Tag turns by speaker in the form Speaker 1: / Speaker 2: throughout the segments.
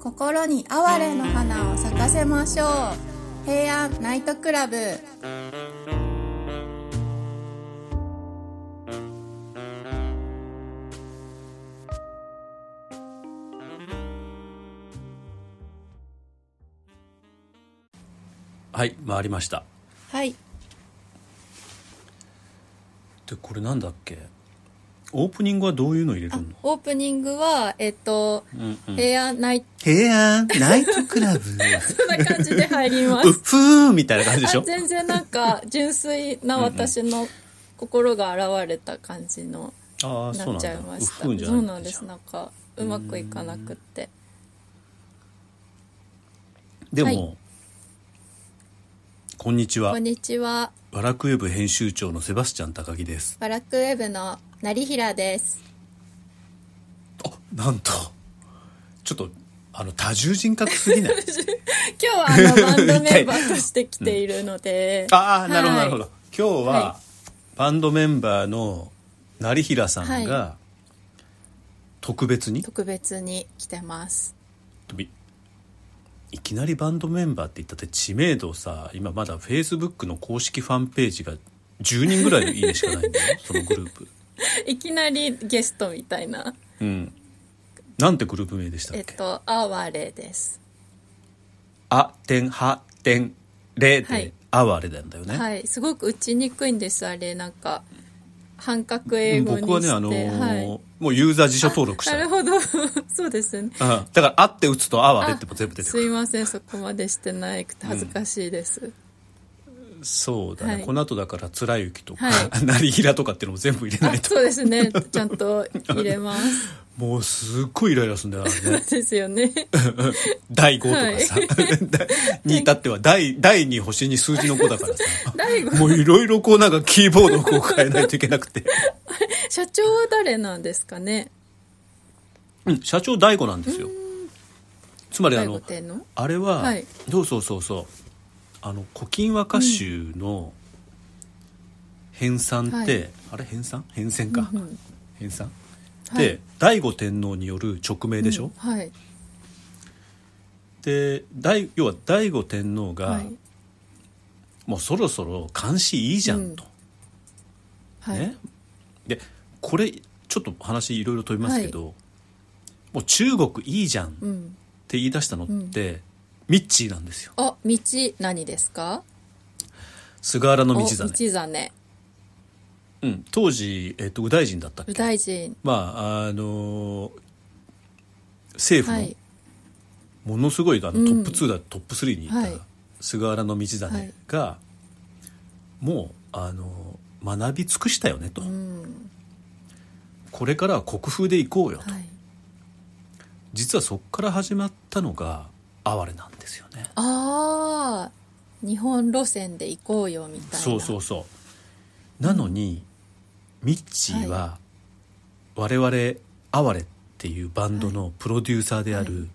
Speaker 1: 心に哀れの花を咲かせましょう平安ナイトクラブ
Speaker 2: はい回りました
Speaker 1: はい
Speaker 2: でこれなんだっけオープニングはどういうの入れる
Speaker 1: あ
Speaker 2: の
Speaker 1: オープニングはえっと、
Speaker 2: うんうん
Speaker 1: 平安ナイト
Speaker 2: 平安ナイトク ラブ
Speaker 1: な感じで入りま
Speaker 2: うっ
Speaker 1: す
Speaker 2: ふーみたいな感じでし
Speaker 1: あ
Speaker 2: ょ
Speaker 1: 全然なんか純粋な私の心が現れた感じの
Speaker 2: ああそ
Speaker 1: なっ
Speaker 2: うなん
Speaker 1: ち
Speaker 2: だ
Speaker 1: ゃいました
Speaker 2: うっふーじゃ
Speaker 1: そうなんで
Speaker 2: じ
Speaker 1: す
Speaker 2: ゃ
Speaker 1: なんかうまくいかなくって
Speaker 2: でも、
Speaker 1: はい
Speaker 2: こんにち
Speaker 1: こ
Speaker 2: は
Speaker 1: んにちは
Speaker 2: バラクウェブ編集長のセバスチャン高木です
Speaker 1: バラックウェブの成平です
Speaker 2: あなんとちょっとあの多重人格す ぎない
Speaker 1: 今日はあのバンドメンバーとして来ているので
Speaker 2: ああなるほ
Speaker 1: は
Speaker 2: どないるほど、今日は、
Speaker 1: は
Speaker 2: バンドメンバーの成平さんが、
Speaker 1: は
Speaker 2: 特別に
Speaker 1: 特別に来てます
Speaker 2: びいきなりバンドメンバーって言ったって知名度さ今まだフェイスブックの公式ファンページが10人ぐらいのいいねしかないんだよそのグループ
Speaker 1: いきなりゲストみたいな
Speaker 2: うんなんてグループ名でした
Speaker 1: え
Speaker 2: っ
Speaker 1: っ
Speaker 2: け、
Speaker 1: と「あわれ」です
Speaker 2: あてんはてんれ
Speaker 1: は
Speaker 2: で
Speaker 1: い
Speaker 2: あわれなんだよね、
Speaker 1: はいすごく打ちにくいんですあれなんか半角英語にして
Speaker 2: 僕はねあのー
Speaker 1: はい
Speaker 2: もうユーザー辞書登録した
Speaker 1: なるほど そうですね
Speaker 2: うん、だから「あ」って打つと「あわれ」っても全部出てく
Speaker 1: すい
Speaker 2: る
Speaker 1: ませんそこまでしてなくて恥ずかしいです、
Speaker 2: そうだね、
Speaker 1: はい
Speaker 2: この後だから「貫之」とか
Speaker 1: は
Speaker 2: 「 成平」とかっていうのも全部入れ
Speaker 1: あ
Speaker 2: ないと
Speaker 1: そうですねちゃんと入れます
Speaker 2: もうすっごいイライラする んだよあれね
Speaker 1: ですよ ね
Speaker 2: 第5とかさ、 に至っては第第2星に数字の5だからさ
Speaker 1: 第五
Speaker 2: もういろいろこうなんかキーボードをこう変えないといけなくて、
Speaker 1: 社長は誰なんですかね
Speaker 2: うん、社長第5なんですよつまりあ
Speaker 1: 第五
Speaker 2: の
Speaker 1: 店の
Speaker 2: あれは、
Speaker 1: はい
Speaker 2: どうそうそうそうあの「古今和歌集」の編纂って、
Speaker 1: はい
Speaker 2: あれ編纂変遷か、
Speaker 1: うんうん
Speaker 2: 編纂
Speaker 1: はい
Speaker 2: で醍醐天皇による勅命でしょ、
Speaker 1: うんはい
Speaker 2: で醍要は醍醐天皇が、
Speaker 1: はい
Speaker 2: もうそろそろ監視いいじゃんと、
Speaker 1: はい、
Speaker 2: ね、でこれちょっと話いろいろ飛びますけど、もう中国いいじゃんっ
Speaker 1: うん
Speaker 2: て言い出したのって、ミッチーなんですよ
Speaker 1: あ道何ですか
Speaker 2: 菅原道
Speaker 1: お
Speaker 2: 真、
Speaker 1: 道真
Speaker 2: うん、当時、えっと右大臣だったっけ
Speaker 1: 右大臣
Speaker 2: まああのー政
Speaker 1: は
Speaker 2: 府の
Speaker 1: い
Speaker 2: ものすごいあのト
Speaker 1: ん
Speaker 2: ップ2だ、トップ3にい
Speaker 1: は
Speaker 2: た
Speaker 1: い
Speaker 2: 菅原道真が、もうあの学び尽くしたよねと、
Speaker 1: うん
Speaker 2: これからは国風でいこうよと、
Speaker 1: はい
Speaker 2: 実はそこから始まったのが哀れなんですよね
Speaker 1: ああ日本路線で行こうよみたいな
Speaker 2: そうそうそうなのに、ミッチーは我々哀れっていうバンドのプロデューサーである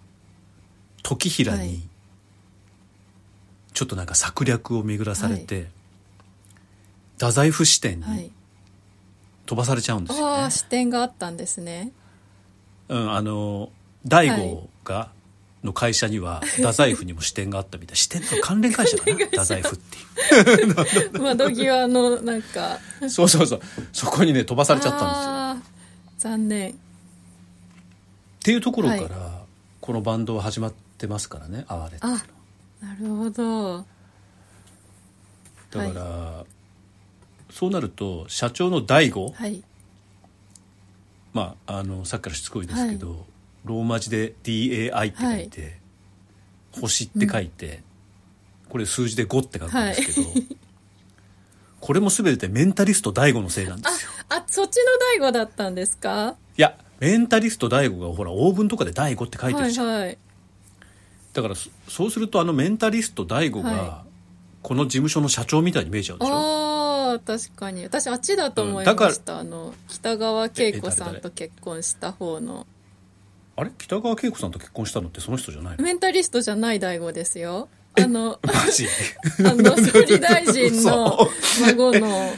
Speaker 2: 時平
Speaker 1: はい
Speaker 2: にちょっとなんか策略を巡らされて、太宰府支店
Speaker 1: は
Speaker 2: に
Speaker 1: い
Speaker 2: 飛ばされちゃうんですよね、
Speaker 1: ああ視点があったんですね
Speaker 2: うん、あの大悟が、の会社には太宰府にも支店があったみたい支店と関連会社かな太宰府っていう
Speaker 1: 窓際のなんか
Speaker 2: そうそうそう。そこにね、飛ばされちゃったんですよ。
Speaker 1: あー
Speaker 2: っ
Speaker 1: 残念
Speaker 2: ていうところから、
Speaker 1: はい
Speaker 2: このバンドは始まってますからね、哀れっていうのは
Speaker 1: あなるほど
Speaker 2: だから、そうなると、社長の大悟、
Speaker 1: はい
Speaker 2: まあ、あの、さっきからしつこいですけど、ローマ字で DAI って書いて、星って書いて、これ数字で5って書くんですけど、 これも全てメンタリスト大悟のせいなんですよ。
Speaker 1: あそっちの大悟だったんですか
Speaker 2: いや、メンタリスト大悟がほら、オーブンとかで大悟って書いてるじゃん。
Speaker 1: はいはい
Speaker 2: だからそそうするとあのメンタリスト DAIGO が
Speaker 1: は
Speaker 2: この事務所の社長みたいに見えちゃうでしょ、
Speaker 1: ああ確かに私あっちだと思い
Speaker 2: うんだ
Speaker 1: ま
Speaker 2: か
Speaker 1: した、あの北川景子さんと結婚した方の
Speaker 2: あれ北川景子さんと結婚したのってその人じ ゃないの
Speaker 1: メンタリストじゃない大悟ですよあのあ
Speaker 2: マジ
Speaker 1: の総理大臣 の孫の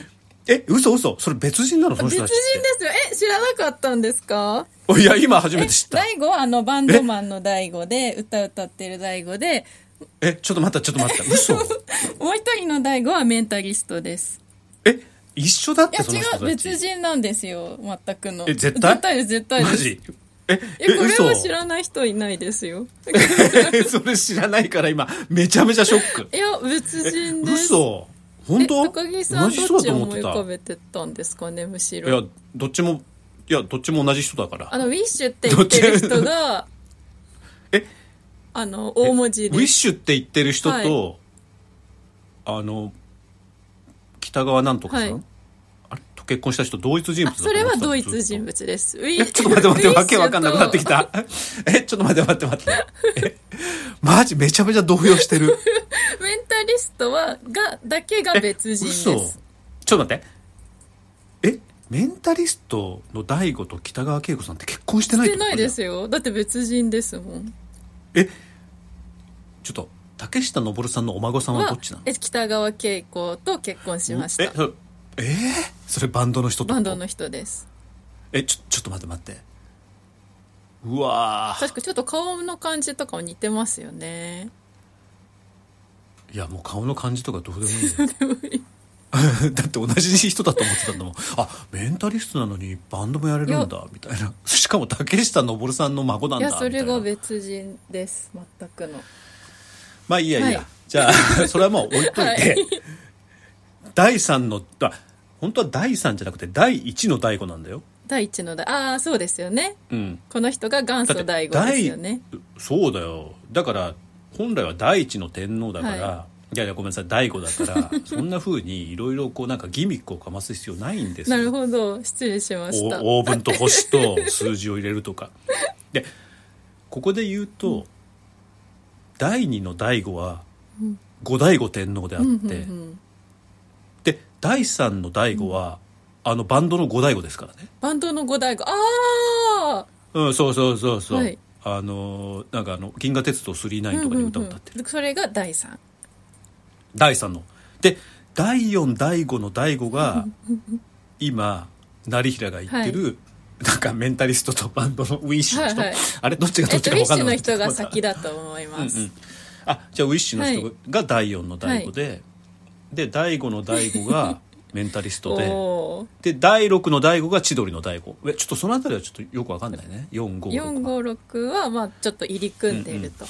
Speaker 2: え嘘嘘それ別人なのその
Speaker 1: 別人
Speaker 2: 人た
Speaker 1: で
Speaker 2: ちって
Speaker 1: すよえ知らなかったんですか
Speaker 2: いや今初めて知った
Speaker 1: 大悟はあのバンドマンの大悟で歌歌ってる大悟で
Speaker 2: えちょっと待ったちょっと待った嘘
Speaker 1: もう一人の大悟はメンタリストです
Speaker 2: え一緒だっ
Speaker 1: い
Speaker 2: て
Speaker 1: や
Speaker 2: その人
Speaker 1: 違う
Speaker 2: たち
Speaker 1: 別人なんですよ全くの
Speaker 2: え絶対
Speaker 1: 絶対です絶対です
Speaker 2: マジえ
Speaker 1: えこれは知
Speaker 2: い
Speaker 1: らない人いないですよ
Speaker 2: それ知らないから今めちゃめちゃショック
Speaker 1: いや別人です
Speaker 2: 嘘
Speaker 1: え
Speaker 2: 本当
Speaker 1: 高木さん
Speaker 2: 同じ
Speaker 1: ど
Speaker 2: 人
Speaker 1: っ
Speaker 2: だ
Speaker 1: ち
Speaker 2: と
Speaker 1: を
Speaker 2: 思
Speaker 1: 思
Speaker 2: っ
Speaker 1: い
Speaker 2: てた
Speaker 1: 浮かべてたんですかねむし
Speaker 2: いや
Speaker 1: ろ
Speaker 2: どっちもいやどっちも同じ人だから
Speaker 1: あのウィッシュって言ってる人が
Speaker 2: え
Speaker 1: あの大文字
Speaker 2: ウ
Speaker 1: で
Speaker 2: ィッシュって言ってる人と、あの北川なんとかさん、
Speaker 1: はい
Speaker 2: あれと結婚した人同一人
Speaker 1: あ
Speaker 2: 物だと
Speaker 1: そ
Speaker 2: 思って
Speaker 1: れは
Speaker 2: た
Speaker 1: ドイツ人物ですウィ
Speaker 2: えちょっと待って待って
Speaker 1: ウィッシュ
Speaker 2: わけわかんなくなってきたえちょっと待って待って待ってえマジめちゃめちゃ動揺してる
Speaker 1: とメンタリストはがだけが別人です
Speaker 2: 嘘ちょっと待ってえメンタリストの大悟と北川景子さんって結婚してない
Speaker 1: し
Speaker 2: ってこと
Speaker 1: ないですよだって別人ですもん
Speaker 2: ちょっと竹下登さんのお孫さんはどっちなの
Speaker 1: え北川景子と結婚しまし
Speaker 2: え
Speaker 1: た
Speaker 2: それえーそれバンドの人ってこ
Speaker 1: バ
Speaker 2: と
Speaker 1: ンドの人です
Speaker 2: えちょちょっと待って待ってうわー
Speaker 1: 確かちょっと顔の感じとかも似てますよね
Speaker 2: いやもう顔の感じとかどうでもい いよ だって同じ人だと思ってたんだもんあメンタリストなのにバンドもやれるんだみたいな しかも竹下登さんの孫なん
Speaker 1: い
Speaker 2: だ
Speaker 1: やそれが
Speaker 2: みたいな
Speaker 1: 別人です全くの
Speaker 2: まあいいやいいや、
Speaker 1: はい
Speaker 2: じゃ あそれはもう置いといて、
Speaker 1: はい
Speaker 2: 第3のあ本当は第3じゃなくて第1の第5なんだよ
Speaker 1: 第一の大ああそうですよね
Speaker 2: うん
Speaker 1: この人が元 祖第五ですよね
Speaker 2: 第そうだよだから本来は第一の天皇だから、、
Speaker 1: はい
Speaker 2: やいやごめんなさい第五だから そんなふうにいろいろこうなんかギミックをかます必要ないんですよ
Speaker 1: なるほど失礼しました
Speaker 2: おオーブンと星と数字を入れるとかでここで言うと、第二の第五は五醍醐天皇であって、
Speaker 1: うん
Speaker 2: で第三の第五は、あのバンドの五醍醐ですからね
Speaker 1: バンドの五大五あ
Speaker 2: うんそうそうそうそう、
Speaker 1: はい
Speaker 2: あのーなんかあの「銀河鉄道
Speaker 1: あ
Speaker 2: 999」とかに歌を歌ってる、
Speaker 1: それが第三
Speaker 2: 第3ので第4第5の第5が 今成平が言ってる、なんかメンタリストとバンドのウィッシュの人、
Speaker 1: はいはい
Speaker 2: あれどっちが
Speaker 1: え
Speaker 2: どっ
Speaker 1: っと
Speaker 2: ち
Speaker 1: ウ
Speaker 2: か
Speaker 1: ィッ
Speaker 2: 分
Speaker 1: シ
Speaker 2: かん
Speaker 1: ュ
Speaker 2: な
Speaker 1: の
Speaker 2: い
Speaker 1: 人が先だと思います、
Speaker 2: あじゃあウィッシュの人が第4の第5で、で第5の第5が メンタリストで
Speaker 1: おお
Speaker 2: で第6の第5が千鳥の第5えちょっとその辺りはちょっとよく分かんないね456
Speaker 1: 456はまあちょっと入り組んでいると、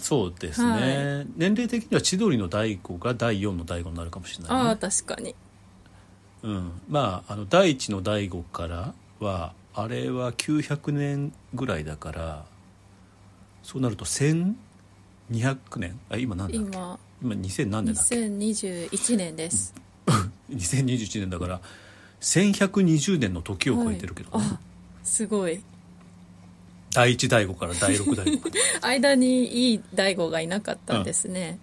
Speaker 2: そうですね、
Speaker 1: は
Speaker 2: 年齢的には千鳥の第5が第4の第5になるかもしれない、ね、
Speaker 1: ああ確かに
Speaker 2: うん、まああの第一の第五からはあれは900年ぐらいだからそうなると1200年あ今何だっけ
Speaker 1: 今
Speaker 2: 今2000何年だっけ
Speaker 1: 2021年です
Speaker 2: 2021年だから1120年の時を超えてるけど、ね
Speaker 1: あすごい
Speaker 2: 第一第五から第六第五 まで
Speaker 1: 間にいい大悟がいなかったんですね、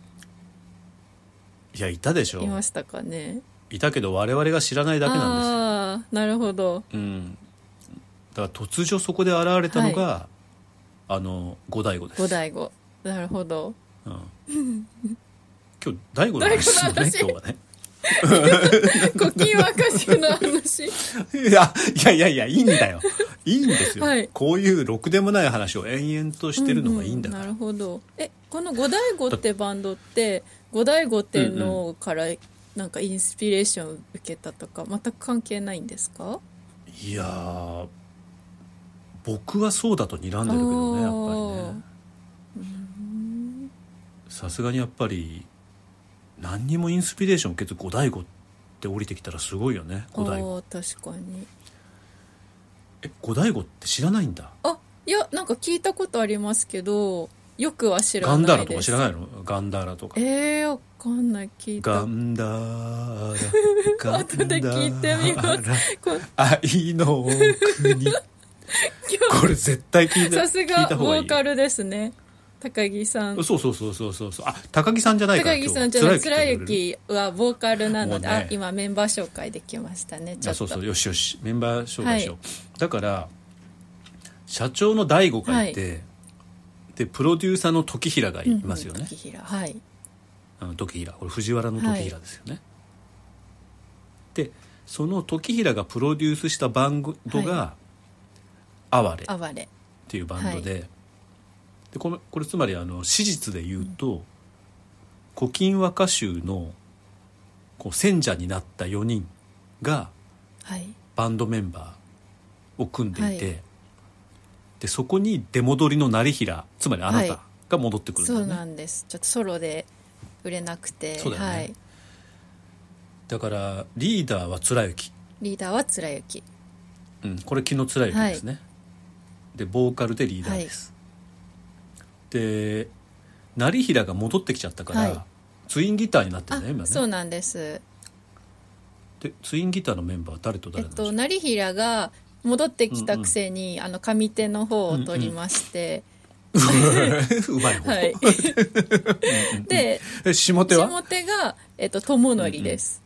Speaker 2: いやいたでしょ
Speaker 1: いましたかね
Speaker 2: いたけど我々が知らないだけなんで
Speaker 1: ああなるほど
Speaker 2: すよ、うん、だから突如そこで現れたのが、あの五第五です
Speaker 1: 五大悟なるほど
Speaker 2: うん、今日大悟の話するね
Speaker 1: 醍
Speaker 2: 今
Speaker 1: 醐
Speaker 2: 日
Speaker 1: の古今和
Speaker 2: はね
Speaker 1: 歌集の話
Speaker 2: いやいやいやいやいいんだよいいんですよ、
Speaker 1: はい
Speaker 2: こういうろくでもない話を延々としてるのがいいんだ
Speaker 1: う
Speaker 2: か
Speaker 1: う
Speaker 2: ら、
Speaker 1: なるほどえこの五大悟ってバンドって五大悟天皇からなんかインスピレーションを受けたとか全く関係ないんですか
Speaker 2: いやー僕はそうだと睨んでるけどねやっぱりねさすがにやっぱり何にもインスピレーションを受けず五醍醐って降りてきたらすごいよね
Speaker 1: ああ
Speaker 2: 五醍醐
Speaker 1: ー確かに
Speaker 2: え五醍醐って知らないんだ
Speaker 1: あいやなんか聞いたことありますけどよくは知らな
Speaker 2: ガ
Speaker 1: い
Speaker 2: ン
Speaker 1: です
Speaker 2: ダーラとか知らないのガンダーラとか
Speaker 1: えー、わかんない聞い
Speaker 2: ガ
Speaker 1: た
Speaker 2: ンダーラ
Speaker 1: 後で聞いてみます
Speaker 2: ガンダーラ
Speaker 1: こ
Speaker 2: 愛の国これ絶対聞いた
Speaker 1: さす
Speaker 2: 聞
Speaker 1: が
Speaker 2: いた方
Speaker 1: ボ
Speaker 2: がい
Speaker 1: ー
Speaker 2: い
Speaker 1: カルですね高木さん
Speaker 2: そうそうそうそうそうそうあ高木さんじゃないから
Speaker 1: 高木さんじゃない貫
Speaker 2: 今日貫之
Speaker 1: 之はボーカルなので、
Speaker 2: もうね
Speaker 1: あ今メンバー紹介できましたねちょ
Speaker 2: あ
Speaker 1: っと
Speaker 2: そうそうよしよしメンバー紹介しよう、だから社長の大悟がいて、でプロデューサーの時平がいますよ
Speaker 1: うん
Speaker 2: ね、
Speaker 1: 時平はい
Speaker 2: あの時平これ藤原の時平ですよね、でその時平がプロデュースしたバンドが、哀れっ
Speaker 1: 哀れ
Speaker 2: ていうバンドで,、でこれこれつまりあの史実で言うと、古今和歌集のこう選者になった4人が
Speaker 1: はい
Speaker 2: バンドメンバーを組んでいて、
Speaker 1: は
Speaker 2: でそこに出戻りの成平つまりあな
Speaker 1: はい
Speaker 2: たが戻ってくるんだ
Speaker 1: そ
Speaker 2: よね
Speaker 1: う、なんですちょっとソロで売れなくて、
Speaker 2: そうだよね
Speaker 1: はい、
Speaker 2: だからリーダーは貫之、
Speaker 1: リーダーは貫之
Speaker 2: うん、これ昨日貫之ですね、でボーカルでリーダーです、で成平が戻ってきちゃったから、
Speaker 1: はい
Speaker 2: ツインギターになってる
Speaker 1: あ、
Speaker 2: んだよ今
Speaker 1: そう
Speaker 2: ね
Speaker 1: なんです
Speaker 2: でツインギターのメンバーは誰と
Speaker 1: え
Speaker 2: 誰
Speaker 1: っ
Speaker 2: なんでしょ
Speaker 1: と
Speaker 2: う、
Speaker 1: 成平が戻ってきたくせに、あの上手の方を取りまして、
Speaker 2: うまい 方、
Speaker 1: はいで
Speaker 2: え下手は
Speaker 1: 下手が、えっと、友則です、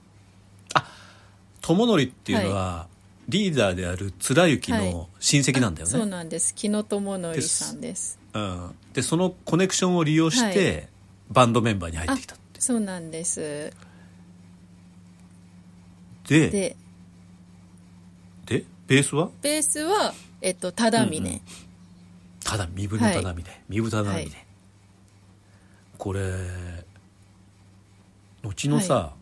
Speaker 2: 友則っていうのは、リーダーである貫之の親戚なんだよね、
Speaker 1: そうなんです木野智則さんです
Speaker 2: うん、でそのコネクションを利用して、
Speaker 1: は
Speaker 2: バンドメンバーに入ってきた
Speaker 1: そうなんです
Speaker 2: でで
Speaker 1: で
Speaker 2: ベースは
Speaker 1: ベースは、えっと、忠峰、
Speaker 2: うんうんただ身分のたみで、身分のたみで、
Speaker 1: はい
Speaker 2: これ後のさ、
Speaker 1: は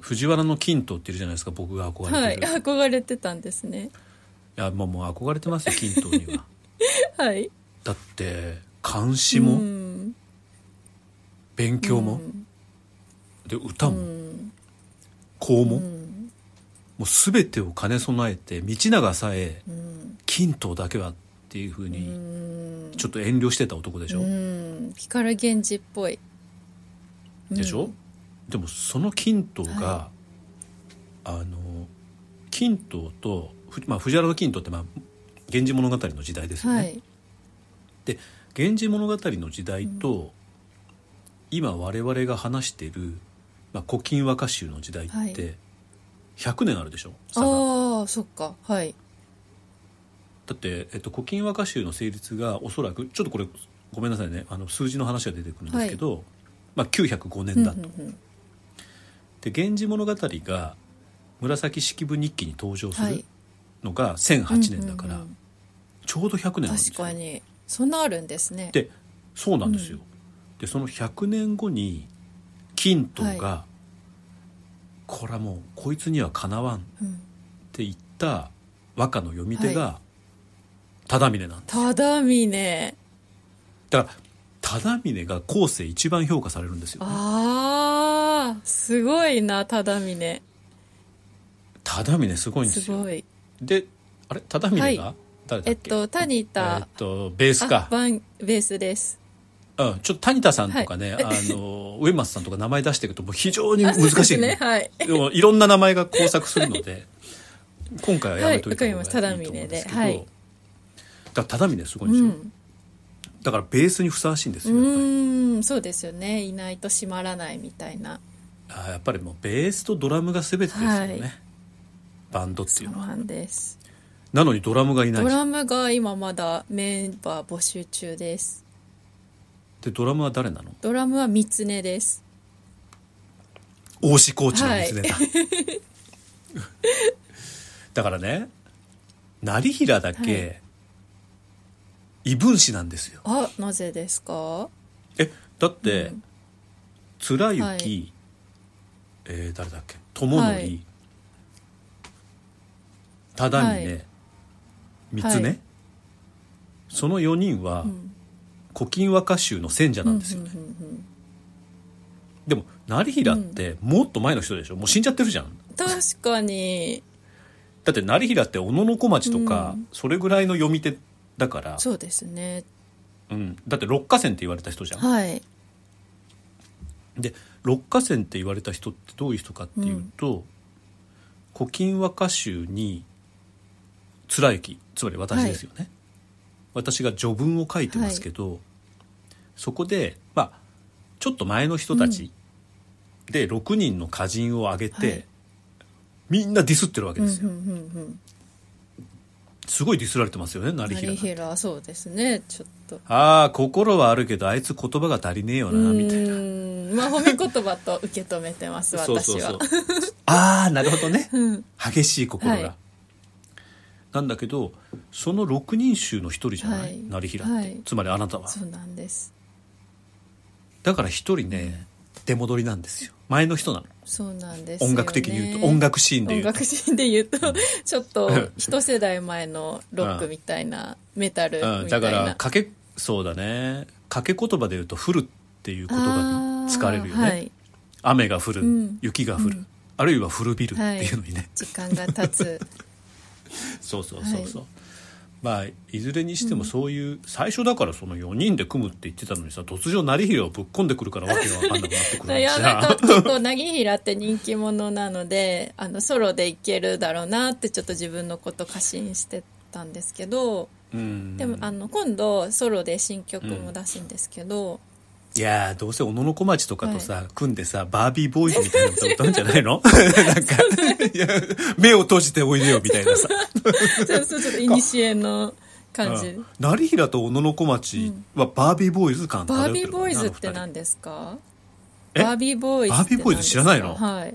Speaker 2: 藤原の金刀っているじゃないですか僕が憧
Speaker 1: は
Speaker 2: れ
Speaker 1: い
Speaker 2: てる、い、
Speaker 1: 憧れてたんですね
Speaker 2: やもうもう憧れて ますよ金刀には
Speaker 1: はい
Speaker 2: だって監視も、
Speaker 1: うん
Speaker 2: 勉強も、で歌も、校も、もう全てを兼ね備えて道長さえ金刀だけはっていうふうにちょっと遠慮してた男でしょ、
Speaker 1: うん光源氏っぽい
Speaker 2: でしょ、でもその金刀が、あの金刀と、ふまあ、藤原の金刀って、まあ「源氏物語」の時代ですよね。
Speaker 1: はい
Speaker 2: で「源氏物語」の時代と、今我々が話している「まあ、古今和歌集」の時代
Speaker 1: は
Speaker 2: って
Speaker 1: い
Speaker 2: 100年あるでしょ差が
Speaker 1: ああそっかはい
Speaker 2: だって、えっと、古今和歌集の成立がおそらくちょっとこれごめんなさいねあの数字の話が出てくるんですけど、まあ、905年だと。
Speaker 1: うんうんうん
Speaker 2: で「源氏物語」が紫式部日記に登場す
Speaker 1: は
Speaker 2: る
Speaker 1: い
Speaker 2: のが1008年だから、
Speaker 1: うんうんうん
Speaker 2: ちょうど100年なんです
Speaker 1: 確
Speaker 2: よ
Speaker 1: かにそんなあるんですね
Speaker 2: でそうなんですよ、でその100年後に金刀が、これはもうこいつにはかなわんっ
Speaker 1: うん
Speaker 2: て言った和歌の読み手が忠峰なんです
Speaker 1: 忠峰
Speaker 2: だから忠峰が後世一番評価されるんですよ
Speaker 1: ああすごいな忠峰
Speaker 2: 忠峰すごいんですすよ
Speaker 1: ごい
Speaker 2: であれ忠峰が、
Speaker 1: はい
Speaker 2: 誰だ
Speaker 1: え
Speaker 2: っ
Speaker 1: っ
Speaker 2: け、
Speaker 1: と谷
Speaker 2: え
Speaker 1: 田
Speaker 2: っとベース
Speaker 1: あ
Speaker 2: か
Speaker 1: バンベースです
Speaker 2: うん、ちょっと谷田さんとかね、あ の上松さんとか名前出していくともう非常に難しい
Speaker 1: ねはい
Speaker 2: でもいろんな名前が交錯するので今回はやめといた方がいいと思うんですけど、
Speaker 1: はいわかりました
Speaker 2: だから忠峰すごい
Speaker 1: う
Speaker 2: んですよ、
Speaker 1: ん
Speaker 2: だからベースにふさわしいんです
Speaker 1: う
Speaker 2: よやっぱり
Speaker 1: ーんそうですよねいないと閉まらないみたいな
Speaker 2: あーやっぱりもうベースとドラムが全てですよね、
Speaker 1: はい
Speaker 2: バンドってい
Speaker 1: そうう
Speaker 2: のは
Speaker 1: なんです
Speaker 2: なのにドラムがいない
Speaker 1: ドラムが今まだメンバー募集中です
Speaker 2: でドラムは誰なの
Speaker 1: ドラムは三つねです
Speaker 2: 大志コーチの娘だ、だからね成平だけ、異分子なんですよ
Speaker 1: あなぜですか
Speaker 2: えだって、貫之、
Speaker 1: はい
Speaker 2: えー誰だっけ友則、
Speaker 1: はい
Speaker 2: 忠峰、
Speaker 1: はい
Speaker 2: 三つ
Speaker 1: は
Speaker 2: ね、
Speaker 1: い
Speaker 2: その4人は、古今和歌集の選者なんですよね、でも成平ってもっと前の人でしょ、もう死んじゃってるじゃん
Speaker 1: 確かに
Speaker 2: だって成平って小野小町とか、それぐらいの読み手だから、
Speaker 1: そうですね
Speaker 2: うん、だって六花仙って言われた人じゃん、
Speaker 1: はい
Speaker 2: で六花仙って言われた人ってどういう人かっていうと、古今和歌集に貫之つまり私ですよね、私が序文を書いてますけど、そこでまあちょっと前の人たちで6人の歌人を挙げて、
Speaker 1: はい
Speaker 2: みんなディスってるわけですよ、
Speaker 1: うんうんうん
Speaker 2: すごいディスられてますよね成
Speaker 1: うん
Speaker 2: 平
Speaker 1: 成
Speaker 2: なんて
Speaker 1: 平そうですねちょっと
Speaker 2: ああ心はあるけどあいつ言葉が足りねえよ
Speaker 1: う
Speaker 2: なみたいな
Speaker 1: ーんまあ褒め言葉と受け止めてます私は
Speaker 2: そうそうそうああなるほどね、激しい心が、
Speaker 1: はい
Speaker 2: なんだけどその六人衆の一人じゃない、
Speaker 1: はい
Speaker 2: 成平って、
Speaker 1: はい
Speaker 2: つまりあなたは
Speaker 1: そうなんです
Speaker 2: だから一人ね出戻りなんですよ前の人なの
Speaker 1: そうなんですよね、
Speaker 2: 音楽的に言うと音楽シーンで
Speaker 1: 音
Speaker 2: 言うと
Speaker 1: 楽シーンで言うとちょっ と一世代前のロックみたいなメタルみたいな、
Speaker 2: うん、だからかけそうだねかけ言葉で言うと「降る」っていう言葉に使われるよね、
Speaker 1: あーはい、
Speaker 2: 雨が降る、
Speaker 1: ん
Speaker 2: 雪が降る、あるいは古びるっていうのにね、
Speaker 1: 時間が経 つ
Speaker 2: そうそうそうそう、まあいずれにしてもそういう、最初だからその4人で組むって言ってたのにさ突如成平をぶっ込んでくるからわけが分かんなくなってくる
Speaker 1: い
Speaker 2: じ
Speaker 1: や
Speaker 2: ゃ
Speaker 1: なんか
Speaker 2: ん
Speaker 1: 結構凪平って人気者なのであのソロでいけるだろうなってちょっと自分のこと過信してたんですけど
Speaker 2: うん
Speaker 1: でも、あの今度ソロで新曲も出すんですけど、
Speaker 2: いやーどうせ小野小町とかとさ、組んでさバービーボーイズみたいな歌歌うんじゃな いのなんかいや目を閉じておいでよみたいなさ
Speaker 1: そうそうちょっといにしえの感じ、
Speaker 2: うん成平と小野小町はバービーボーイズ感
Speaker 1: バ
Speaker 2: 漂
Speaker 1: ー
Speaker 2: って
Speaker 1: ビ
Speaker 2: る
Speaker 1: ー
Speaker 2: から
Speaker 1: ボーイズって
Speaker 2: あの二人
Speaker 1: 何ですか
Speaker 2: え
Speaker 1: バービーボーイズって何ですか
Speaker 2: バービーボーイズ知らないの
Speaker 1: はい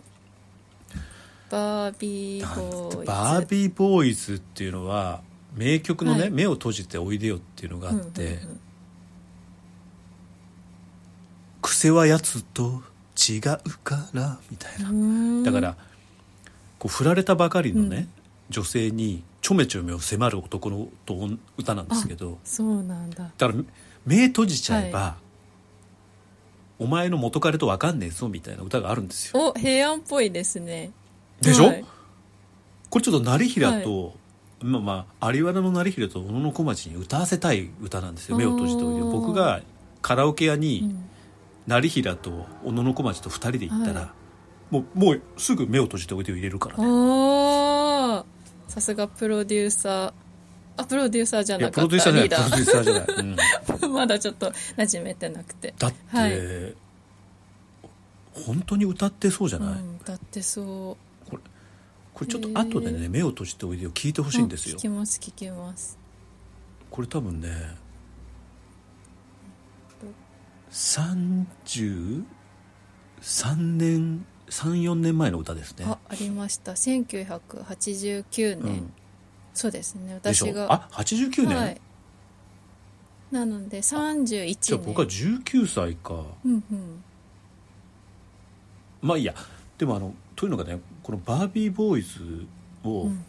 Speaker 1: バービーボーイズ
Speaker 2: バービーボーイズっていうのは名曲のね、
Speaker 1: はい
Speaker 2: 目を閉じておいでよ」っていうのがあって
Speaker 1: う
Speaker 2: 「
Speaker 1: んうんうん
Speaker 2: 癖はやつと違うから」みたいな、だからこう振られたばかりのね、女性にちょめちょめを迫る男のと歌なんですけど
Speaker 1: そうなんだ
Speaker 2: だから目閉じちゃえば、お前の元彼と分かんねえぞ」みたいな歌があるんですよ。
Speaker 1: お平安っぽいですね
Speaker 2: でしょ、
Speaker 1: はい
Speaker 2: これちょっと成平と、まあまあ有原の成平と小野小町に歌わせたい歌なんですよ目を閉じておいで
Speaker 1: あー
Speaker 2: 僕がカラオケ屋
Speaker 1: う
Speaker 2: に
Speaker 1: ん
Speaker 2: 成平と小野小町と2人で行ったら、
Speaker 1: は
Speaker 2: もうもうすぐ目を閉じておいでを入れるからね
Speaker 1: おーさすがプロデューサーあプロデューサーじゃ
Speaker 2: いや
Speaker 1: な
Speaker 2: プ
Speaker 1: か
Speaker 2: ロ
Speaker 1: っ
Speaker 2: デュー
Speaker 1: た
Speaker 2: サー
Speaker 1: リー
Speaker 2: じ
Speaker 1: ダ
Speaker 2: ゃないプロデューサーじゃ
Speaker 1: ー
Speaker 2: ない、うん
Speaker 1: まだちょっと馴染めてなくて
Speaker 2: だって、
Speaker 1: はい
Speaker 2: 本当に歌ってそうじゃ
Speaker 1: う
Speaker 2: ない、
Speaker 1: ん、だってそう
Speaker 2: これちょっと後でね「目を閉じておいで」を聞いてほしいんですよ
Speaker 1: 聞きます聞きます
Speaker 2: これ多分ね33年34年前の歌ですね
Speaker 1: あありました1989
Speaker 2: う
Speaker 1: 年、
Speaker 2: ん、
Speaker 1: そうですね
Speaker 2: でしょ
Speaker 1: 私が
Speaker 2: あ89年、
Speaker 1: はい、なので31
Speaker 2: じゃあ
Speaker 1: 年
Speaker 2: 僕は19歳か
Speaker 1: うんうん
Speaker 2: まあいいやでもあのというのがねこのバービーボーイズを
Speaker 1: ん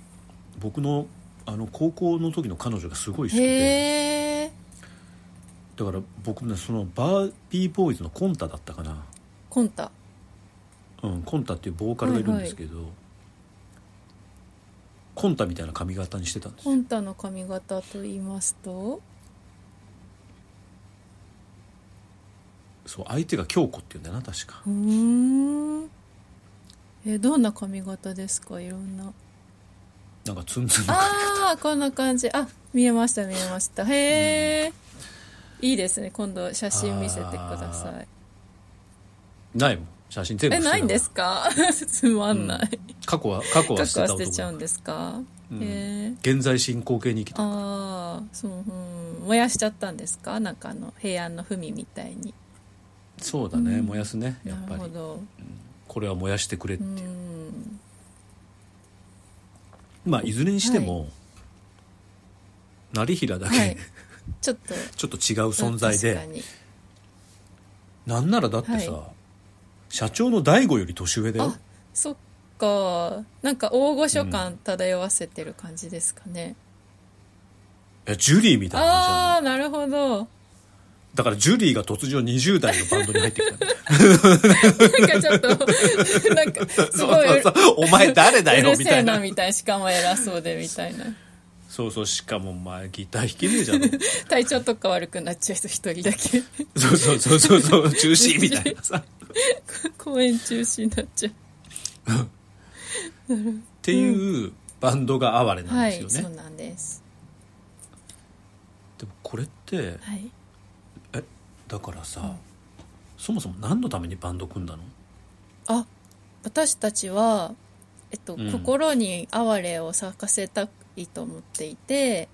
Speaker 2: 僕の,、あの高校の時の彼女がすごい好きで
Speaker 1: へえ
Speaker 2: だから僕ねそのバービーボーイズのコンタだったかな
Speaker 1: コンタ
Speaker 2: うん、コンタっていうボーカルがいるんですけど、コンタみたいな髪型にしてたんです
Speaker 1: コ
Speaker 2: よ
Speaker 1: ンタの髪型と言いますと
Speaker 2: そう相手が京子っていうんだよな確か
Speaker 1: うーんえどんな髪型ですかいろんな
Speaker 2: なんかツンツンの
Speaker 1: ああこんな感じあ見えました見えましたへえ、いいですね今度写真見せてください
Speaker 2: ないもん写真全部
Speaker 1: え
Speaker 2: 捨てた
Speaker 1: ないんですか つまんない、
Speaker 2: 過去は過去は
Speaker 1: 過去
Speaker 2: 捨て
Speaker 1: は
Speaker 2: た
Speaker 1: 捨てちゃう
Speaker 2: 男
Speaker 1: んですか、
Speaker 2: うん
Speaker 1: へえ
Speaker 2: 現在進行形に生きて
Speaker 1: ああそう、うん、燃やしちゃったんですかなんかあの平安の文みたいに
Speaker 2: そうだね、燃やすねやっぱ
Speaker 1: なる
Speaker 2: り
Speaker 1: ほど
Speaker 2: これは燃やしてくれ、
Speaker 1: うん
Speaker 2: まあいずれにしても、成平だけ、
Speaker 1: はいちょっと
Speaker 2: ちょっと違う存在
Speaker 1: 確か
Speaker 2: で
Speaker 1: に
Speaker 2: なんならだってさ、
Speaker 1: は
Speaker 2: 社長の大悟より年上だよ
Speaker 1: あそっかなんか大御所感漂わせてる感じですかね、
Speaker 2: いやジュリーみたいな感じなの
Speaker 1: ああなるほど
Speaker 2: だからジュリーが突如20代のバンドに入ってきたみ たいな
Speaker 1: なんかちょっと なんかすごいう
Speaker 2: そうそうお前誰 だよ
Speaker 1: る
Speaker 2: み
Speaker 1: せ
Speaker 2: た
Speaker 1: え
Speaker 2: い
Speaker 1: な
Speaker 2: な
Speaker 1: みたいなしかも偉そうでみたいな
Speaker 2: そうそうしかもお前ギター弾けねえ じゃん
Speaker 1: 体調とか悪くなっちゃいそう一人だけ
Speaker 2: そうそうそうそうそう中止みたいなさっ
Speaker 1: 公演中止になっちゃう
Speaker 2: ていうバンドが哀れなん
Speaker 1: は
Speaker 2: です
Speaker 1: い
Speaker 2: よね、
Speaker 1: そうなんです
Speaker 2: でもこれって
Speaker 1: はい
Speaker 2: えだからさ、そもそも何のためにバンド組んだの
Speaker 1: あ私たちは、えっと
Speaker 2: うん
Speaker 1: 心に哀れを咲かせたいと思っていて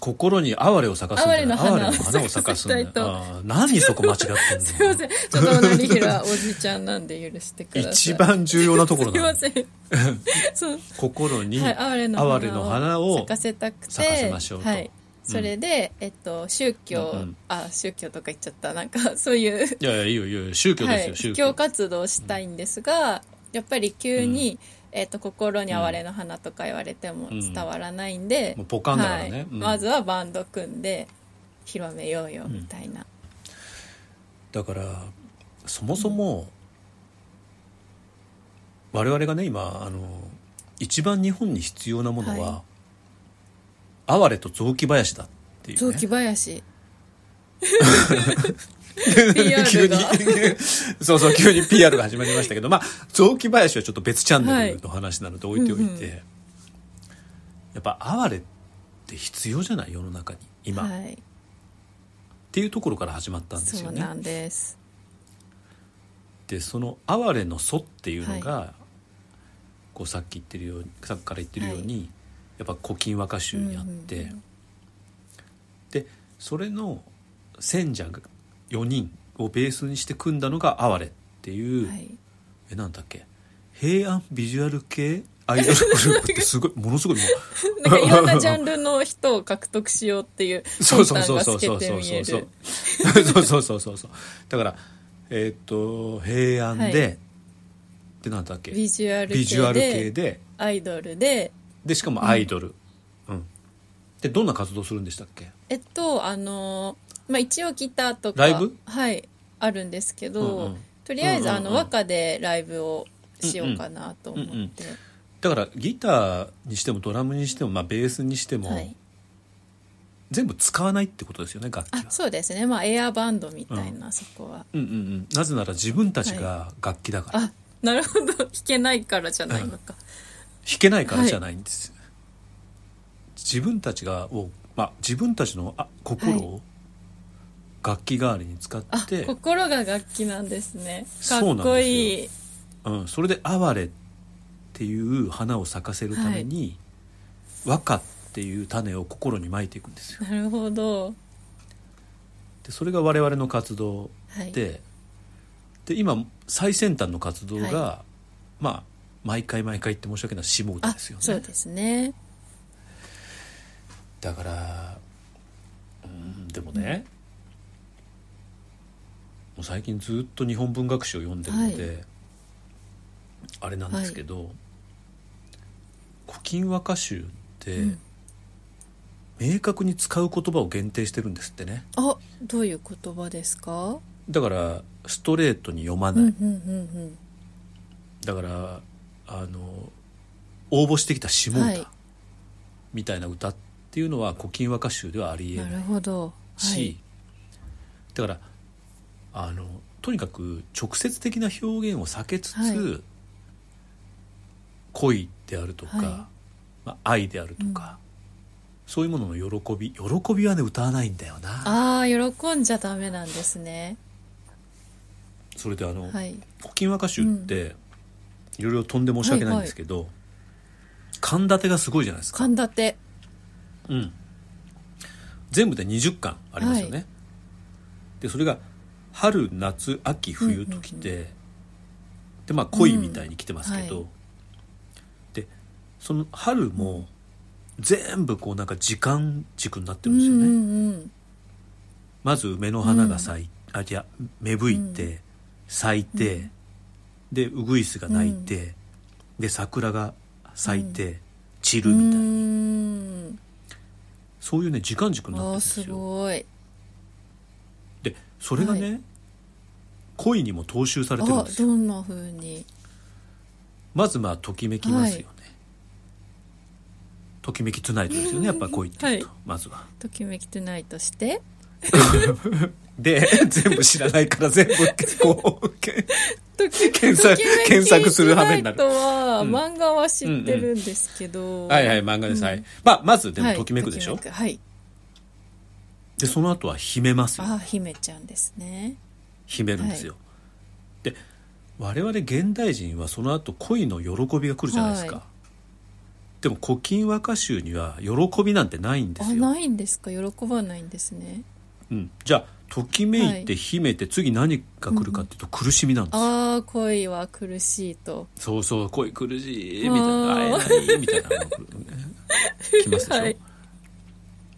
Speaker 2: 心に哀れを咲かすん
Speaker 1: 哀
Speaker 2: だよ
Speaker 1: れの花
Speaker 2: 哀れの花を咲かすんだ
Speaker 1: 咲かせ
Speaker 2: よ
Speaker 1: たいと
Speaker 2: あー何そこ間違ってんの
Speaker 1: すいません。ちょっとなりひらおじちゃんなんで許してください。
Speaker 2: 一番重要なところ
Speaker 1: すい
Speaker 2: な
Speaker 1: ま
Speaker 2: の
Speaker 1: せん。そう。
Speaker 2: 心 に
Speaker 1: はい、哀れの
Speaker 2: 哀れの花を
Speaker 1: 咲かせたくて
Speaker 2: 咲かせましょうと
Speaker 1: はい、それで、えっと、宗教、
Speaker 2: うんうん
Speaker 1: あ宗教とか言っちゃったなんかそういう
Speaker 2: いやいやいいよいいよ宗教ですよ、
Speaker 1: はい、
Speaker 2: 宗
Speaker 1: 布
Speaker 2: 教
Speaker 1: 教活動をしたいんですが、やっぱり急に、えっと心に哀れの花とか言われても伝わらないんで、
Speaker 2: もうポカンだからね
Speaker 1: はい
Speaker 2: うん
Speaker 1: まずはバンド組んで広めようよみたいな、
Speaker 2: だからそもそも、我々がね今あの一番日本に必要なものは、哀れと雑木林だっていう、
Speaker 1: 雑
Speaker 2: ね、
Speaker 1: 木林 PR が
Speaker 2: そうそう急に PR が始まりましたけど、まあ、雑木林はちょっと別チャンネルの話なので置いておいて、
Speaker 1: うんうん
Speaker 2: やっぱ哀れって必要じゃない世の中に今、っ
Speaker 1: はい
Speaker 2: ていうところから始まったんです
Speaker 1: そ
Speaker 2: よ
Speaker 1: う
Speaker 2: ね
Speaker 1: なんです
Speaker 2: でその「哀れの祖」っていうのが、こうさっき言ってるようにさっきから言ってるように、やっぱ「古今和歌集」にあって、
Speaker 1: うんうんう
Speaker 2: でそれの選者が4人をベースにして組んだのが「哀れ」っていう、
Speaker 1: はい
Speaker 2: えなんだっけ平安ビジュアル系アイドルグループってすごいものすごいもう
Speaker 1: なんかいろんなジャンルの人を獲得しようっていう
Speaker 2: そう
Speaker 1: 魂
Speaker 2: そう
Speaker 1: 胆
Speaker 2: そ
Speaker 1: が
Speaker 2: うそ
Speaker 1: 透
Speaker 2: うそ
Speaker 1: け
Speaker 2: う
Speaker 1: て
Speaker 2: そう
Speaker 1: 見
Speaker 2: そ
Speaker 1: え
Speaker 2: うそ
Speaker 1: る
Speaker 2: うそうそうそうそうそうだからえーっと平安で、
Speaker 1: は
Speaker 2: でなんだっけ
Speaker 1: ビジュアル
Speaker 2: ビジュア
Speaker 1: 系
Speaker 2: ル系
Speaker 1: で
Speaker 2: で
Speaker 1: アイドルで
Speaker 2: でしかもアイドル、うんでどんな活動するんでしたっけ
Speaker 1: えっとあのまあ一応ギターとか
Speaker 2: ライブ
Speaker 1: はいあるんですけど、
Speaker 2: うんうん
Speaker 1: とりあえず、
Speaker 2: うんうんうん
Speaker 1: あの和歌でライブをしようかなと思って、
Speaker 2: うんうんだからギターにしてもドラムにしても、まあ、ベースにしても、
Speaker 1: はい
Speaker 2: 全部使わないってことですよね楽器は
Speaker 1: あそうですねまあエアバンドみたいな、そこは
Speaker 2: うんうんうん、なぜなら自分たちが楽器だから、
Speaker 1: あなるほど 弾けないからじゃないのか、
Speaker 2: 弾けないからじゃないんです、自分たちがを、まあ、自分たちのあ心を楽器代わりに使
Speaker 1: あ
Speaker 2: って、
Speaker 1: 心が楽器なんですねか
Speaker 2: そう
Speaker 1: っ
Speaker 2: なんですよ
Speaker 1: こいい
Speaker 2: うん、それで「哀れ」っていう花を咲かせるために、和歌っていう種を心にまいていくんですよ
Speaker 1: なるほど
Speaker 2: でそれが我々の活動
Speaker 1: はい
Speaker 2: で,、で今最先端の活動が、
Speaker 1: は
Speaker 2: まあ毎回毎回言って申し訳ない下歌
Speaker 1: あ
Speaker 2: ですよ
Speaker 1: そう
Speaker 2: ね
Speaker 1: ですね
Speaker 2: だからうんでもね、もう最近ずっと日本文学史を読んでるので、あれなんですけど「古今和歌集」って、
Speaker 1: うん
Speaker 2: 明確に使う言葉を限定してるんですってね
Speaker 1: あどういう言葉ですか
Speaker 2: だからストレートに読ま
Speaker 1: う
Speaker 2: なんい、
Speaker 1: うんうん
Speaker 2: だからあの応募してきた下
Speaker 1: うん
Speaker 2: 歌、
Speaker 1: はい
Speaker 2: みたいな歌っていうのは「古今和歌集」ではありえ
Speaker 1: な
Speaker 2: ない
Speaker 1: るほどは
Speaker 2: し、
Speaker 1: い
Speaker 2: だからあのとにかく直接的な表現を避けつつ、
Speaker 1: は
Speaker 2: 恋であるとか、
Speaker 1: はい
Speaker 2: まあ、愛であるとか、そういうものの喜び喜びはね歌わないんだよな
Speaker 1: ああ喜んじゃダメなんですね
Speaker 2: それであの、
Speaker 1: はい
Speaker 2: 古今和歌集って、いろいろ飛んで申し訳ないんですけど、巻立てがすごいじゃないですか、
Speaker 1: 神立て
Speaker 2: うん、全部で20巻ありますよね、
Speaker 1: は
Speaker 2: でそれが春夏秋冬ときて、でまあ恋みたいに来てますけど、
Speaker 1: うんは
Speaker 2: でその春も全部こうなんか時間軸になってるん
Speaker 1: うん
Speaker 2: ですよ
Speaker 1: う
Speaker 2: ね、
Speaker 1: んうん
Speaker 2: まず梅の花が咲い、あいや芽吹いて、咲いて、でウグイスが鳴いて、で桜が咲いて、散るみたいな、
Speaker 1: うん
Speaker 2: そういうね時間軸にな
Speaker 1: あ
Speaker 2: ってるん
Speaker 1: あ
Speaker 2: です
Speaker 1: す
Speaker 2: よ。
Speaker 1: ごい
Speaker 2: でそれがね、
Speaker 1: は
Speaker 2: 恋にも踏襲されてるん
Speaker 1: あ
Speaker 2: です
Speaker 1: ど
Speaker 2: よ
Speaker 1: んな風に
Speaker 2: まずまあときめきますよね、ときめきつないとですよねやっぱ恋っていうと、
Speaker 1: は
Speaker 2: まずは
Speaker 1: ときめきトゥナイトして
Speaker 2: で 全部知らないから全部 こうけ
Speaker 1: とき
Speaker 2: 検索
Speaker 1: ときめき
Speaker 2: 検索する羽目になる
Speaker 1: トゥナイトは、
Speaker 2: うん
Speaker 1: 漫画は知ってるんですけど、
Speaker 2: はいはい漫画です、はいまあまずで
Speaker 1: は
Speaker 2: も
Speaker 1: い
Speaker 2: ときめくでしょ、
Speaker 1: ときめくはい
Speaker 2: でその後は秘めますよ
Speaker 1: ああ姫ちゃんですね
Speaker 2: 秘めるんですよ、で我々現代人はその後恋の喜びが来るじゃないですか、
Speaker 1: は
Speaker 2: でも「古今和歌集」には喜びなんてないんで
Speaker 1: あ
Speaker 2: すよ。
Speaker 1: ないんですか喜ばないんですね
Speaker 2: うん、じゃあときめいて秘めて次何が来るかっていうと苦しみなんですよ。
Speaker 1: ああ恋は苦しいと
Speaker 2: そうそう恋苦しいみたいな会え
Speaker 1: あー
Speaker 2: ないみたいなのが来るね来ますでしょ、
Speaker 1: はい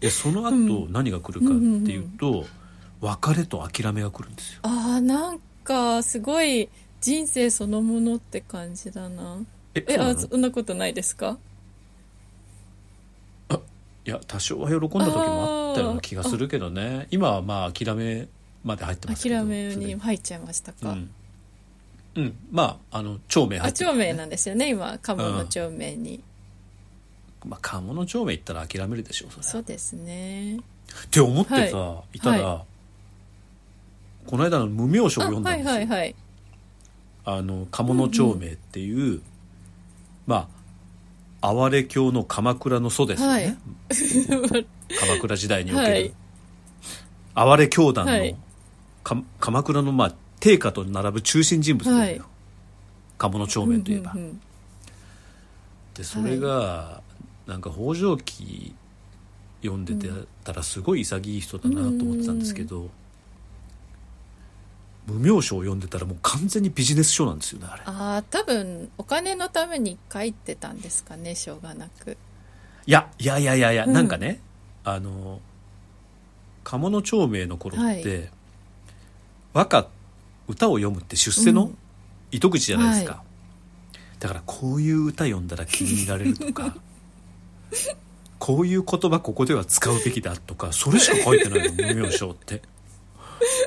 Speaker 2: でその後何が来るかっていうと、別れと諦めが来るんですよ
Speaker 1: ああなんかすごい人生そのものって感じだな
Speaker 2: え
Speaker 1: え
Speaker 2: そうな
Speaker 1: あ
Speaker 2: の
Speaker 1: そんなことないですか
Speaker 2: いや多少は喜んだ時もあったような気がするけどね今はまあ諦めまで入ってますけど
Speaker 1: 諦め
Speaker 2: すで
Speaker 1: に
Speaker 2: に
Speaker 1: 入っちゃいました
Speaker 2: う
Speaker 1: か、
Speaker 2: ん、うん、まああの長命入
Speaker 1: あ
Speaker 2: って
Speaker 1: 長命なんですよね今鴨の長命に、
Speaker 2: まあ鴨の長命行ったら諦めるでしょうそれ
Speaker 1: そうですね
Speaker 2: って思ってさ、、
Speaker 1: はい
Speaker 2: たら、
Speaker 1: は
Speaker 2: この間の「無名
Speaker 1: あ
Speaker 2: 書」を読ん
Speaker 1: は
Speaker 2: だんで
Speaker 1: い
Speaker 2: すよ、
Speaker 1: はいはい
Speaker 2: あの鴨の長命っていう、まあ哀れ教の鎌倉の祖ですよね、
Speaker 1: はい
Speaker 2: 鎌倉時代における、
Speaker 1: はい
Speaker 2: 哀れ教団の、
Speaker 1: はい
Speaker 2: か鎌倉のまあ定家と並ぶ中心人物なんだよ、
Speaker 1: はい
Speaker 2: 鴨の長命といえば、
Speaker 1: うんうんうん
Speaker 2: でそれが、なんか北条記読んでてたらすごい潔い人だなと思ってたんですけど、無名書を読んでたらもう完全にビジネス書なんですよねあれ
Speaker 1: ああ多分お金のために書いてたんですかねしょうがなく
Speaker 2: いやいやいやいやいや、
Speaker 1: うん
Speaker 2: なんかねあの鴨の長明の頃って、
Speaker 1: はい
Speaker 2: 和歌歌を読むって出世
Speaker 1: う
Speaker 2: の
Speaker 1: ん
Speaker 2: 糸口じゃないですか、
Speaker 1: は
Speaker 2: だからこういう歌読んだら気に入られるとか こういう言葉ここでは使うべきだとかそれしか書いてないの無名書って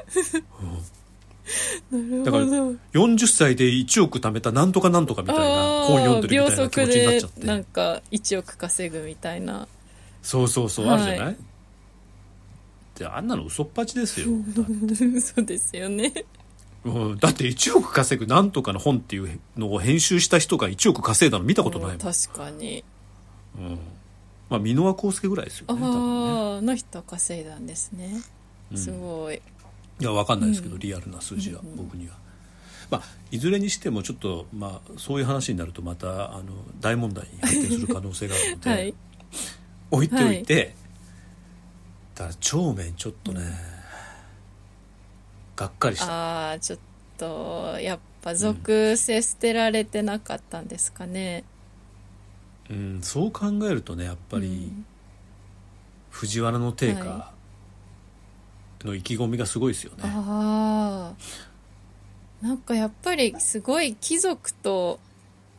Speaker 1: なる
Speaker 2: だから40歳で1億貯めたなんとかなんとかみたいな
Speaker 1: あ
Speaker 2: 本読ん
Speaker 1: ー
Speaker 2: でる
Speaker 1: 秒
Speaker 2: みたいな気
Speaker 1: 速
Speaker 2: 持ちになっ
Speaker 1: で
Speaker 2: ちゃって
Speaker 1: なんか1億稼ぐみたいな
Speaker 2: そうそうそう、
Speaker 1: はい
Speaker 2: あるじゃないであんなの嘘っぱちですよだって
Speaker 1: そうですよね
Speaker 2: うんだって1億稼ぐなんとかの本っていうのを編集した人が1億稼いだの見たことないもん、
Speaker 1: 確かに
Speaker 2: うんまあ箕輪康介ぐらいですよ
Speaker 1: あ
Speaker 2: ね多分ね
Speaker 1: あ、の人稼いだんですね、
Speaker 2: うん
Speaker 1: すごい
Speaker 2: いやわかんないですけど、
Speaker 1: うん
Speaker 2: リアルな数字は
Speaker 1: うんうん
Speaker 2: 僕には、まあ、いずれにしてもちょっと、まあ、そういう話になるとまたあの大問題に発展する可能性があるの で、
Speaker 1: はい
Speaker 2: 置いておいて、ただ長面ちょっとね、がっかりした
Speaker 1: ああちょっとやっぱ属性捨てられてなかったんですかね、
Speaker 2: うん、そう考えるとねやっぱり、
Speaker 1: うん
Speaker 2: 藤原の定
Speaker 1: は
Speaker 2: 家の意気込みがすごいですよね、
Speaker 1: ああなんかやっぱりすごい貴族と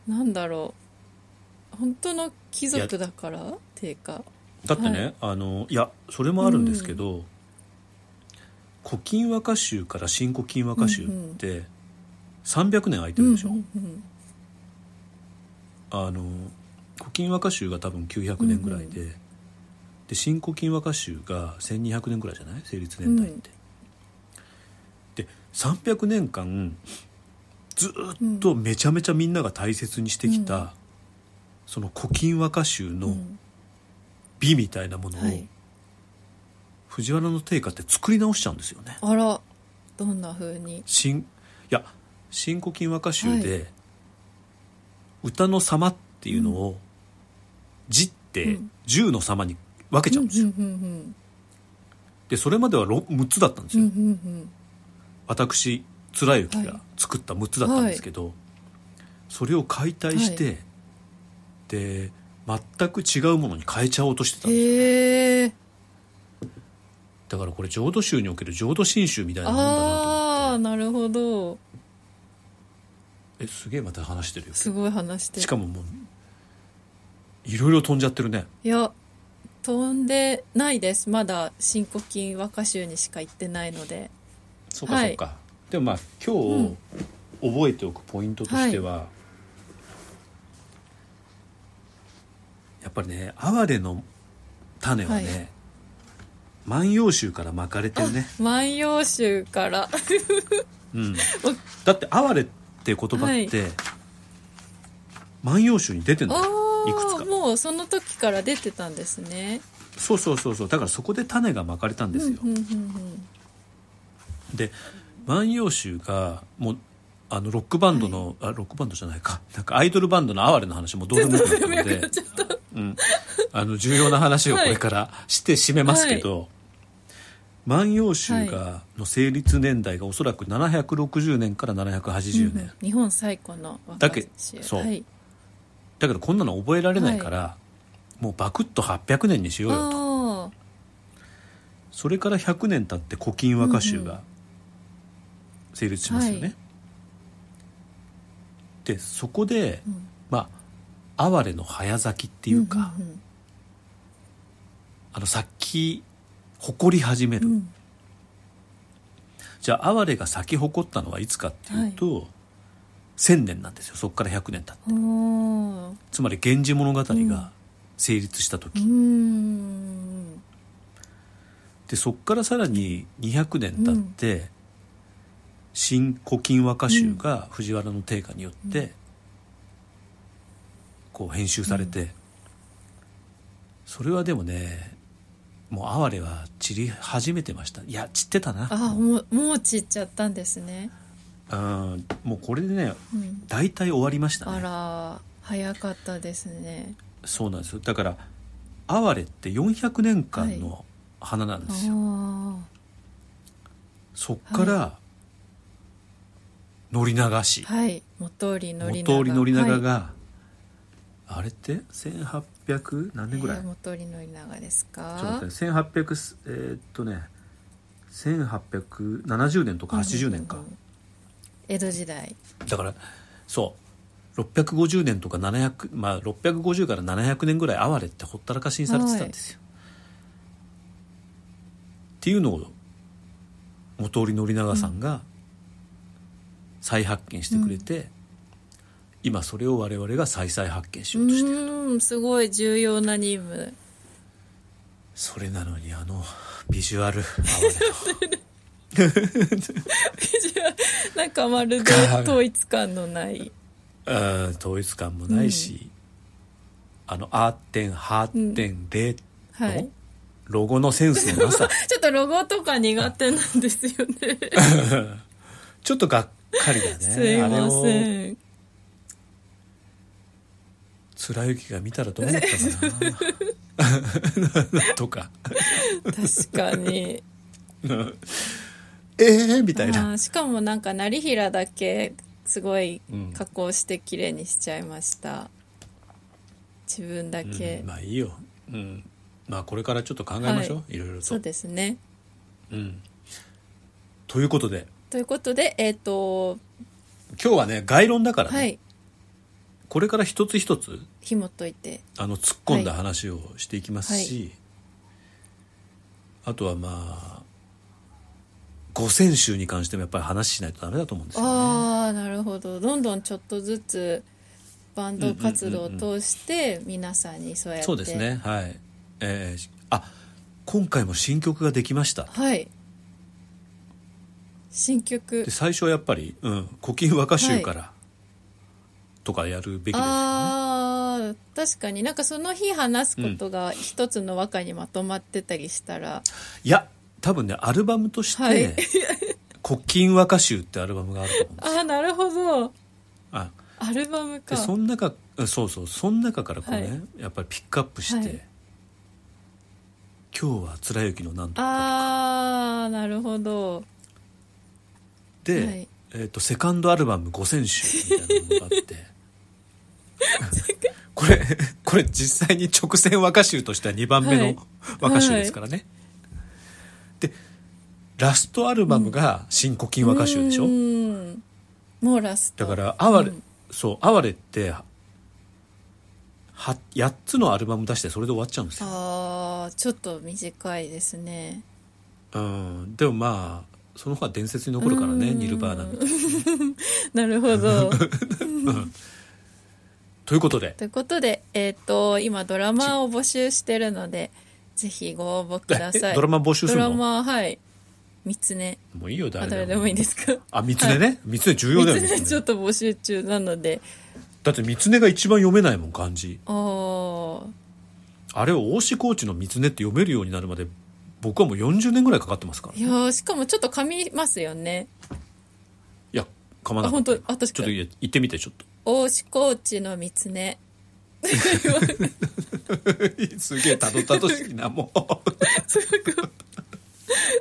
Speaker 1: なんだろう本当の貴族だから定価
Speaker 2: だってね、
Speaker 1: は
Speaker 2: あのいやそれもあるんですけど「古今和歌集」から「新古今和歌集」って300年空いてるでしょ、
Speaker 1: うんうん
Speaker 2: あの古今和歌集が多分900年ぐらいで、で新古今和歌集が1200年ぐらいじゃない成立年代って、で300年間ずっとめちゃめちゃみんなが大切にしてきた、
Speaker 1: うん
Speaker 2: その古今和歌集
Speaker 1: うんう
Speaker 2: の
Speaker 1: ん
Speaker 2: 美みたいなものを、
Speaker 1: はい
Speaker 2: 藤原の定家って作り直しちゃうんですよね
Speaker 1: あらどんな風に
Speaker 2: 新いや「新古今和歌集」で「歌の様」っていうのを「字」って
Speaker 1: うん
Speaker 2: 「十の様」に分けちゃうんですよ、
Speaker 1: うんうん
Speaker 2: でそれまでは6つだったんです
Speaker 1: うんう
Speaker 2: よ、
Speaker 1: んうん
Speaker 2: 私貫之が作った6つだったんですけど、それを解体して、で全く違うものに変えちゃおうとしてた
Speaker 1: うん
Speaker 2: んですよ
Speaker 1: へえ
Speaker 2: だからこれ浄土宗における浄土真宗みたいなもんだなと思
Speaker 1: ああなるほど
Speaker 2: ってえすげえまた話してるよ
Speaker 1: すごい話してる
Speaker 2: しかももういろいろ飛んじゃってるね
Speaker 1: いや飛んでないですまだ新古今和歌集にしか行ってないので
Speaker 2: そうか
Speaker 1: はい
Speaker 2: そうか、でもまあ今日覚えておくポイントとしては、やっぱりね哀れの種はね、
Speaker 1: はい
Speaker 2: 万葉集から巻かれてるね、
Speaker 1: 「万葉集」 から
Speaker 2: うん、だって哀れって言葉って、
Speaker 1: はい
Speaker 2: 万葉集に出てんだ
Speaker 1: あ
Speaker 2: よいくつ
Speaker 1: あ
Speaker 2: か
Speaker 1: もうその時から出てたんですね
Speaker 2: そうそうそうそうだからそこで種が巻かれたんですよ、
Speaker 1: うんうんうんうん
Speaker 2: で「万葉集」がもうあのロックバンドの、あロックバンドじゃないかなんかアイドルバンドの哀れな話もどうでもよくなったの
Speaker 1: 全然
Speaker 2: で
Speaker 1: なくなっちゃった
Speaker 2: うん、あの重要な話をこれからして締めますけど「万葉集が」の成立年代がおそらく760年から780年、
Speaker 1: うん日本最古の和
Speaker 2: だ
Speaker 1: 歌
Speaker 2: け
Speaker 1: 集
Speaker 2: そう
Speaker 1: はい、
Speaker 2: だけどこんなの覚えられないから、もうバクッと800年にしようよと
Speaker 1: あ
Speaker 2: それから100年経って「古今和歌集」
Speaker 1: うんう
Speaker 2: が成立しますよね。
Speaker 1: はい
Speaker 2: でそこで、
Speaker 1: うん
Speaker 2: まあ哀れの早咲きって
Speaker 1: て
Speaker 2: いうか、
Speaker 1: うんうん
Speaker 2: あの咲き誇り始め
Speaker 1: う
Speaker 2: る。
Speaker 1: んうん
Speaker 2: じゃあ哀れが咲き誇ったのはいつかっていうと、1,000年なんですよそこから100年経って
Speaker 1: おー
Speaker 2: つまり「源氏物語」
Speaker 1: うん
Speaker 2: が成立した
Speaker 1: う
Speaker 2: 時、
Speaker 1: ーん
Speaker 2: でそこからさらに200年経って、新古今和歌集が藤原の定家によって、こう編集されて、それはでもねもう哀れは散り始めてましたいや散ってたな
Speaker 1: あもうもう散っちゃったんですね、
Speaker 2: うんもうこれでね
Speaker 1: うん、
Speaker 2: 大体終わりましたね
Speaker 1: あら早かったですね
Speaker 2: そうなんですよだから哀れって400年間の花なん
Speaker 1: あ
Speaker 2: ですよ、そっから乗り流
Speaker 1: ー
Speaker 2: し、
Speaker 1: はい元りのり
Speaker 2: 元織宣長
Speaker 1: はい
Speaker 2: が、あれって1800何年ぐらい、
Speaker 1: えー元りのり長ですか
Speaker 2: ちょっと待って1800すえーっとね1870年とか80年か、
Speaker 1: うんうんうん江戸時代
Speaker 2: だからそう650年とか700まあ650から700年ぐらい哀れってほったらかしにされてたんですよ。っていうのを元織宣長さんが再発見してくれて、今それを我々が再々発見し
Speaker 1: う
Speaker 2: ようとしてる、
Speaker 1: ーんすごい重要な任務
Speaker 2: それなのにあのビジ ュアル
Speaker 1: なんかまるで統一感のない
Speaker 2: 哀れのうん統一感もないし、あのあ点は点0
Speaker 1: は
Speaker 2: の
Speaker 1: い
Speaker 2: ロゴのセンスのなさ
Speaker 1: ちょっとロゴとか苦手なんですよね
Speaker 2: ちょっとがっかりだね。
Speaker 1: すいま
Speaker 2: あれを
Speaker 1: せん
Speaker 2: 貫之が見たらどう思ったかな。 とか、
Speaker 1: 確かに
Speaker 2: えー みたい
Speaker 1: あ
Speaker 2: な。
Speaker 1: ーしかもなんか成平だけすごい
Speaker 2: うん
Speaker 1: 加工して綺麗にしちゃいました、自分だけ、
Speaker 2: うんまあいいよ。うん。まあこれからちょっと考えましょう。、
Speaker 1: はい
Speaker 2: ろいろ
Speaker 1: そう
Speaker 2: と。
Speaker 1: ですね
Speaker 2: うん。ということで、
Speaker 1: ということでえっ、と
Speaker 2: 今日はね、概論だからね、
Speaker 1: はい
Speaker 2: これから一つ一つ、
Speaker 1: 紐解いて
Speaker 2: あの、突っ込んだ話をしていきますし、あとはまあ、五選集に関してもやっぱり話しないとダメだと思うんですよね。
Speaker 1: ああなるほどどんどんちょっとずつバンド活動を通して皆さんにそうやって、
Speaker 2: そうですねはいえー、あ今回も新曲ができました
Speaker 1: はい新曲
Speaker 2: で最初はやっぱり「うん、古今和歌集」からとかやるべきです
Speaker 1: あー確かになんかその日話すことが一つの和歌にまとまってたりしたら、
Speaker 2: いや多分ねアルバムとして「
Speaker 1: はい
Speaker 2: 古今和歌集」ってアルバムがあると思うんです
Speaker 1: ああなるほど
Speaker 2: あ
Speaker 1: アルバム
Speaker 2: で
Speaker 1: か
Speaker 2: その中うんそうそうその中からこうね、やっぱりピックアップし
Speaker 1: は
Speaker 2: て「
Speaker 1: い
Speaker 2: 今日は貫之のなんとか
Speaker 1: ああなるほど」
Speaker 2: で、
Speaker 1: はい
Speaker 2: えー、とセカンドアルバム「五千集」みたいなのがあって これこれ実際に直線和歌集としては2番目
Speaker 1: は
Speaker 2: の
Speaker 1: い
Speaker 2: 和歌集ですからね、でラストアルバムが「新古今和歌集」でしょ、
Speaker 1: うーんもうラス
Speaker 2: だ
Speaker 1: ト
Speaker 2: から「哀れ」
Speaker 1: うん
Speaker 2: そう「哀れ」っては8つのアルバム出してそれで終わっちゃうんですよ、
Speaker 1: ああちょっと短いですね
Speaker 2: うん、でもまあその方が伝説に残るからねニルバーナみたい な
Speaker 1: なるほど
Speaker 2: ということで
Speaker 1: ということでえっ、と今ドラマを募集してるのでぜひご応募くださ
Speaker 2: え
Speaker 1: い
Speaker 2: ドラマ募集す
Speaker 1: ド
Speaker 2: る
Speaker 1: ラ
Speaker 2: の
Speaker 1: マはい三つね
Speaker 2: もういいよ
Speaker 1: あ
Speaker 2: 誰
Speaker 1: 誰でもいいですか
Speaker 2: あ、三つ根ね。三つ根重要だよね。
Speaker 1: 三つねちょっと募集中なので
Speaker 2: だって三つ根が一番読めないもん、漢字。
Speaker 1: あー
Speaker 2: あれを大志コーチの三つ根って読めるようになるまで、僕はもう40年ぐらいかかってますから。い
Speaker 1: いやーしかもちょっと噛みますよね
Speaker 2: や、噛まなかった
Speaker 1: あ本当あ確かに
Speaker 2: ちょっといや行ってみてちょっ と
Speaker 1: 大志高知の三つね
Speaker 2: すげえたどたどしいなもう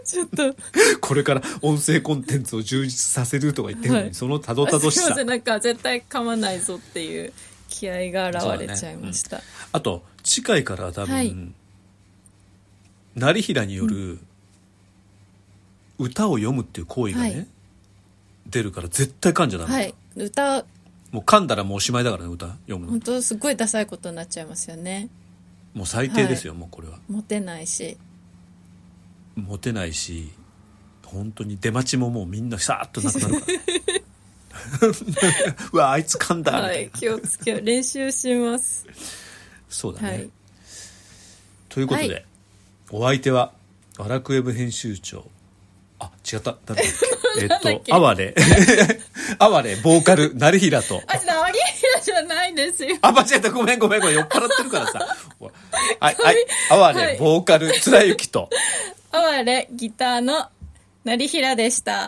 Speaker 1: ちょっ と
Speaker 2: これから音声コンテンツを充実させるとか言ってるのに、
Speaker 1: はい
Speaker 2: そのたどたどし
Speaker 1: すい
Speaker 2: さ
Speaker 1: ませんなんか絶対噛まないぞっていう気合が現れちゃいました、
Speaker 2: あと近いから多分、
Speaker 1: はい
Speaker 2: 成平による歌を読むっていう行為がね、
Speaker 1: はい
Speaker 2: 出るから絶対噛んじゃダメ、
Speaker 1: はい歌
Speaker 2: もう噛んだらもうおしまいだからね歌読むの
Speaker 1: 本当すごいダサいことになっちゃいますよね
Speaker 2: もう最低ですよ、もうこれは
Speaker 1: モテないし
Speaker 2: モテないし本当に出待ちももうみんなさーっとなくなるから うわあいつ噛んだみたいな、
Speaker 1: はい 気をつけよう練習します、
Speaker 2: そうだね、
Speaker 1: はい
Speaker 2: ということで、
Speaker 1: はい
Speaker 2: お相手はワラクウェブ編集長あ違った誰だっけえ っ
Speaker 1: なんだっけ
Speaker 2: と哀れ哀れボーカル成平と
Speaker 1: あ成平じゃないですよ
Speaker 2: あ間違えたごめんごめんごめん酔っ払ってるか らさおいはいはい哀
Speaker 1: は
Speaker 2: れ
Speaker 1: い
Speaker 2: ボーカル貫之と
Speaker 1: 哀れギターの成平でした